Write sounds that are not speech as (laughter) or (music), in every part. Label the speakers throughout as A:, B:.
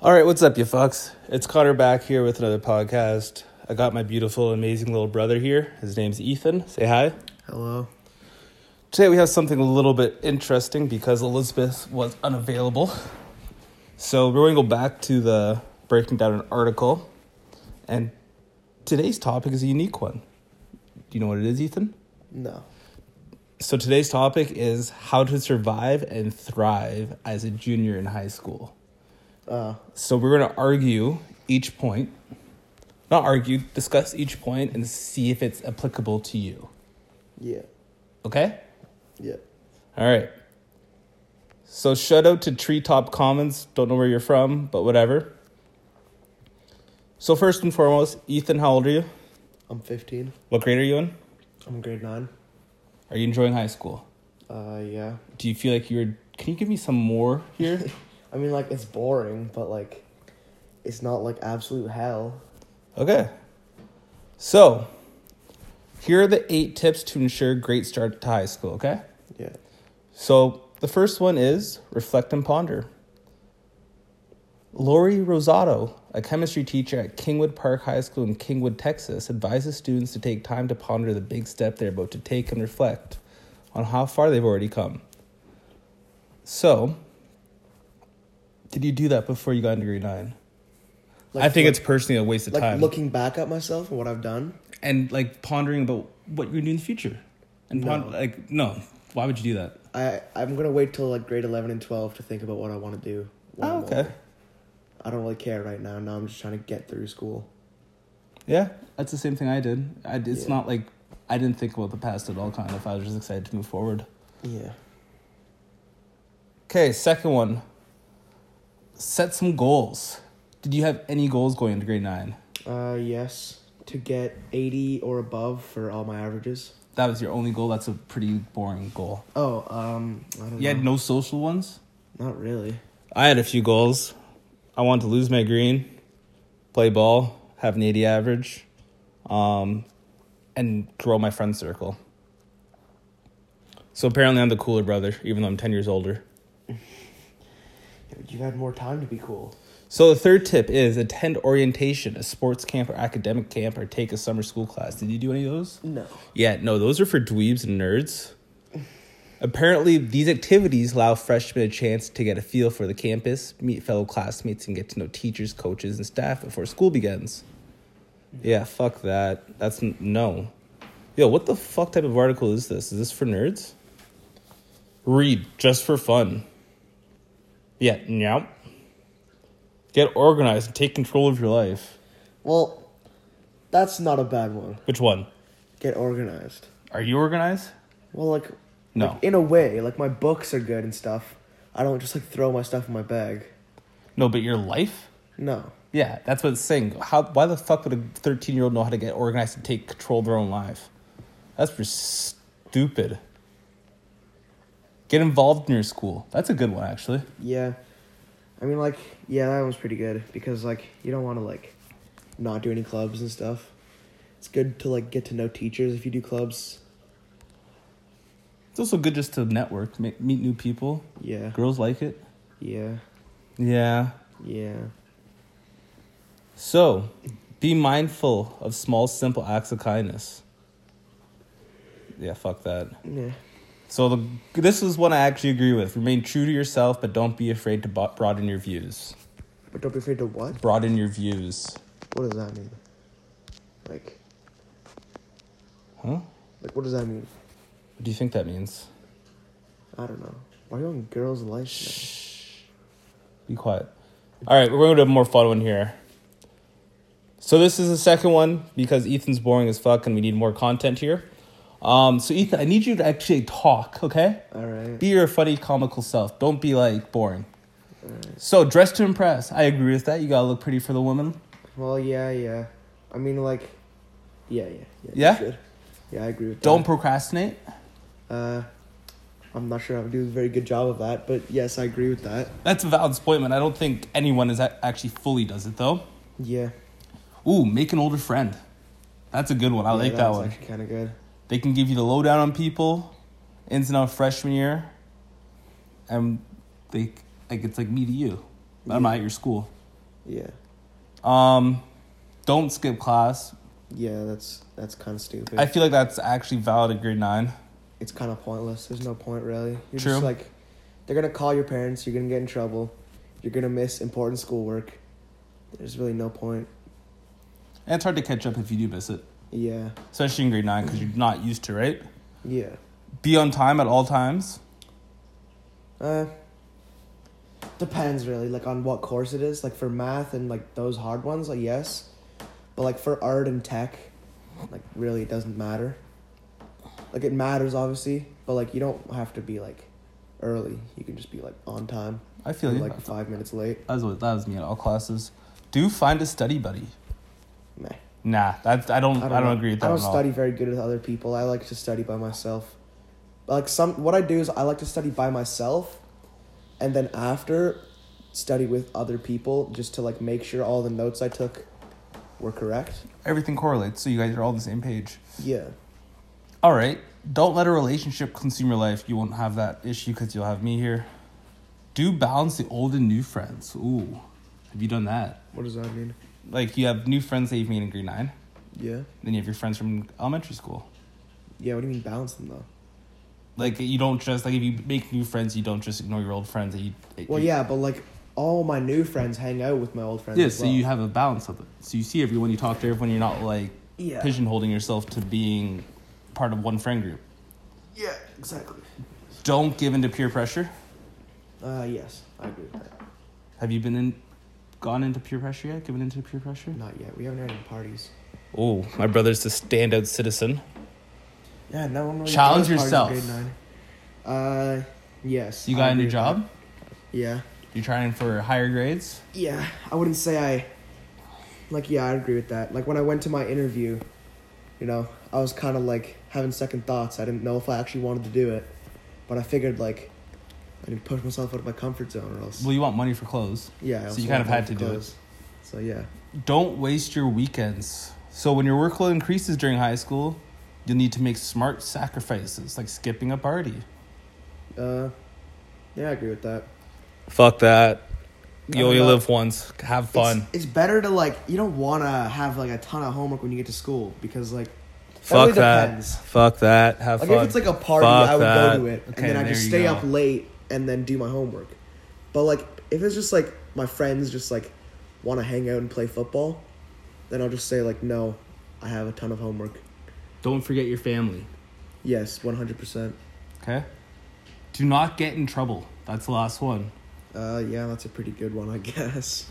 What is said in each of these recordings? A: All right, what's up, you fucks? It's Connor back here with another podcast. I got my beautiful, amazing little brother here. His name's Ethan. Say hi.
B: Hello.
A: Today we have something a little bit interesting because Elizabeth was unavailable. So we're going to go back to the breaking down an article. And today's topic is a unique one. Do you know what it is, Ethan?
B: No.
A: So today's topic is how to survive and thrive as a junior in high school.
B: Uh,
A: So we're going to argue each point. Not argue, discuss each point and see if it's applicable to you.
B: yeah.
A: Okay?
B: Yeah.
A: All right. So shout out to Treetop Commons. Don't know where you're from, but whatever. So first and foremost, Ethan, how old are you?
B: I'm 15.
A: What grade are you in?
B: I'm grade 9.
A: Are you enjoying high school?
B: Uh, yeah.
A: Do you feel like you're Can you give me some more here?
B: I mean, like, it's boring, but, like, it's not, like, absolute hell.
A: Okay. So, here are the 8 tips to ensure great start to high school, okay?
B: Yeah.
A: So the first one is reflect and ponder. Lori Rosato, a chemistry teacher at Kingwood Park High School in Kingwood, Texas, advises students to take time to ponder the big step they're about to take and reflect on how far they've already come. So, did you do that before you got into grade nine?
B: Like,
A: I think
B: like,
A: it's personally a waste of
B: Like,
A: time.
B: looking back at myself and what I've done.
A: and like pondering about what you're gonna do in the future, and pon-
B: No.
A: like no, why would you do that?
B: I, I'm gonna wait till, like, grade 11 and 12 to think about what I wanna do. when
A: Oh,
B: I'm
A: okay.
B: older. I don't really care right now. Now I'm just trying to get through school.
A: Yeah, that's the same thing I did. I, it's
B: Yeah.
A: not like I didn't think about the past at all. Kind of, I was just excited to move forward.
B: Yeah.
A: Okay, second one. Set some goals. Did you have any goals going into grade nine?
B: Uh, yes. To get 80 or above for all my averages.
A: That was your only goal. That's a pretty boring goal.
B: Oh, um, I don't
A: You had
B: know.
A: no social ones.
B: Not really.
A: I had a few goals. I wanted to lose my green, play ball, have an eighty average, um, and grow my friend circle. So apparently, I'm the cooler brother, even though I'm ten years older.
B: You've had more time to be cool.
A: So the third tip is attend orientation, a sports camp or academic camp, or take a summer school class. Did you do any of those?
B: No.
A: Yeah, no, those are for dweebs and nerds. Apparently, these activities allow freshmen a chance to get a feel for the campus, meet fellow classmates, and get to know teachers, coaches, and staff before school begins. Yeah, fuck that. That's n- no. Yo, what the fuck type of article is this? Is this for nerds? Read just for fun. Yeah, nope. Get organized and take control of your life.
B: Well, that's not a bad one.
A: Which one?
B: Get organized.
A: Are you organized?
B: Well, like,
A: No.
B: like, in a way, like my books are good and stuff. I don't just like throw my stuff in my bag.
A: No, but your life?
B: No,
A: Yeah, that's what it's saying. How? Why the fuck would a thirteen-year-old know how to get organized and take control of their own life? That's pretty stupid. Get involved in your school. That's a good one, actually.
B: yeah, I mean, like, yeah, that one's pretty good because like you don't want to like not do any clubs and stuff. It's good to like get to know teachers if you do clubs.
A: It's also good just to network, ma- meet new people.
B: Yeah,
A: Girls like it.
B: yeah,
A: Yeah.
B: yeah.
A: So, be mindful of small, simple acts of kindness. Yeah, fuck that.
B: Yeah.
A: So the, this is one I actually agree with. Remain true to yourself, but don't be afraid to bo- broaden your views.
B: But don't be afraid to what?
A: Broaden your views.
B: What does that mean? Like,
A: Huh?
B: like what does that mean?
A: What do you think that means?
B: I don't know. Why are you on girls' life?
A: Be
B: now?
A: quiet. All right, we're going to do a more fun one here. So this is the second one because Ethan's boring as fuck and we need more content here. Um, so Ethan, I need you to actually talk, okay?
B: All right.
A: Be your funny, comical self. Don't be like boring. So dress to impress. I agree with that. You gotta look pretty for the woman.
B: well, yeah, yeah. I mean, like, yeah, yeah, yeah. you
A: Yeah?
B: should. Yeah, I agree with
A: Don't
B: that.
A: procrastinate.
B: Uh, I'm not sure I would do a very good job of that, but yes, I agree with that.
A: That's a valid disappointment. I don't think anyone is a- actually fully does it though.
B: Yeah.
A: Ooh, make an older friend. That's a good one. I like that, one.
B: Actually, kind of good.
A: They can give you the lowdown on people, ins and out of freshman year, and they like it's like me to you. But I'm not at your school.
B: Yeah.
A: Um, don't skip class.
B: Yeah, that's that's kind of stupid.
A: I feel like that's actually valid at grade nine.
B: it's kind of pointless. There's no point really. You're
A: True.
B: just like they're going to call your parents, you're going to get in trouble. You're going to miss important schoolwork. There's really no point.
A: And it's hard to catch up if you do miss it,
B: Yeah.
A: especially in grade nine because you're not used to, right?
B: Yeah.
A: Be on time at all times.
B: Uh depends really like on what course it is. Like for math and like those hard ones, like yes. But like for art and tech, like really it doesn't matter. Like it matters obviously, but like you don't have to be like early. You can just be like on time.
A: I feel
B: or,
A: you.
B: like 5 minutes late.
A: That was, what, that was me in all classes. Do find a study buddy.
B: Meh.
A: Nah, that, I don't. I don't, agree with that
B: I don't
A: at all.
B: study very good with other people. I like to study by myself. Like some, what I do is I like to study by myself, and then after, study with other people just to like make sure all the notes I took were correct.
A: Everything correlates, so you guys are all on the same page.
B: Yeah,
A: All right. Don't let a relationship consume your life. You won't have that issue because you'll have me here. Do balance the old and new friends. Ooh, have you done that?
B: what does that mean?
A: Like you have new friends that you've made in grade nine,
B: Yeah,
A: then you have your friends from elementary school.
B: yeah. What do you mean balance them though?
A: Like you don't just like if you make new friends, you don't just ignore your old friends. That you,
B: Well, yeah, but like all my new friends hang out with my old friends.
A: Yeah,
B: as
A: so
B: well.
A: you have a balance of it. So you see everyone, you talk to everyone. You're not like
B: Yeah.
A: pigeonholing yourself to being part of one friend group.
B: yeah, exactly.
A: Don't give in to peer pressure.
B: Uh, yes, I agree with that.
A: Have you been in, gone into peer pressure yet? Given into peer pressure?
B: Not yet. We haven't had any parties.
A: Oh, my brother's a standout citizen.
B: Yeah, no one really
A: Challenge
B: does parties
A: yourself.
B: in Grade nine. Uh, yes.
A: You
B: I
A: got a
B: agree
A: new
B: with
A: job?
B: that. Yeah,
A: You're trying for higher grades?
B: yeah. I wouldn't say I. Like, yeah, I agree with that. Like when I went to my interview, you know, I was kind of like having second thoughts. I didn't know if I actually wanted to do it, but I figured like I didn't push myself out of my comfort zone, or else.
A: Well, you want money for clothes.
B: yeah. I
A: so
B: also
A: you kind of had
B: wanted
A: to do it.
B: clothes. So yeah,
A: Don't waste your weekends. So when your workload increases during high school, you'll need to make smart sacrifices, like skipping a party.
B: uh, yeah, I agree with that.
A: Fuck that.
B: You only live
A: once. Have
B: It's, it's better to like you don't want to have like a ton of homework when you get to school because like really depends.
A: Fuck that. Have
B: Like if it's like a party,
A: Fuck
B: I would
A: that.
B: go to it,
A: Okay,
B: and then I
A: there
B: just
A: you
B: stay
A: go.
B: up late and then do my homework. But like if it's just like my friends just like want to hang out and play football, then I'll just say like no, I have a ton of homework.
A: Don't forget your family.
B: Yes, one hundred percent.
A: Okay? Do not get in trouble. That's the last one.
B: Uh, yeah, that's a pretty good one, I (laughs) guess.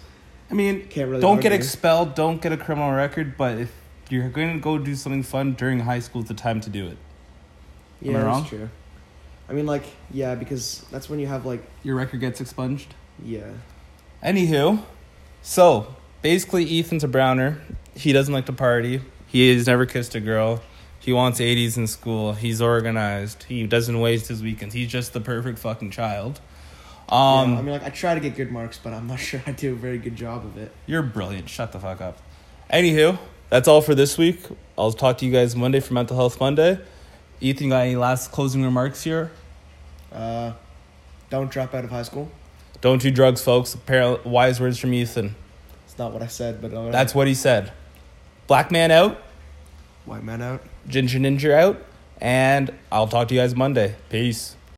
A: I mean,
B: Can't really
A: don't get
B: argue.
A: expelled, don't get a criminal record, but if you're going to go do something fun during high school, it's the time to do it. Am I
B: Yeah, that's
A: wrong?
B: true. I mean, like yeah, because that's when you have like
A: Your record gets expunged.
B: yeah,
A: Anywho, so basically, Ethan's a browner. He doesn't like to party. He has never kissed a girl. He wants 80s in school. He's organized. He doesn't waste his weekends. He's just the perfect fucking child. Um,
B: Yeah, I mean, like I try to get good marks, but I'm not (laughs) sure I do a very good job of it.
A: You're brilliant. Shut the fuck up. Anywho, that's all for this week. I'll talk to you guys Monday for Mental Health Monday. Ethan, got any last closing remarks here?
B: Uh, don't drop out of high school.
A: Don't do drugs, folks. Apparent wise words from Ethan.
B: It's not what I said, but uh,
A: That's what he said. Black man out,
B: white man out.
A: ginger ninja out, and I'll talk to you guys Monday. Peace.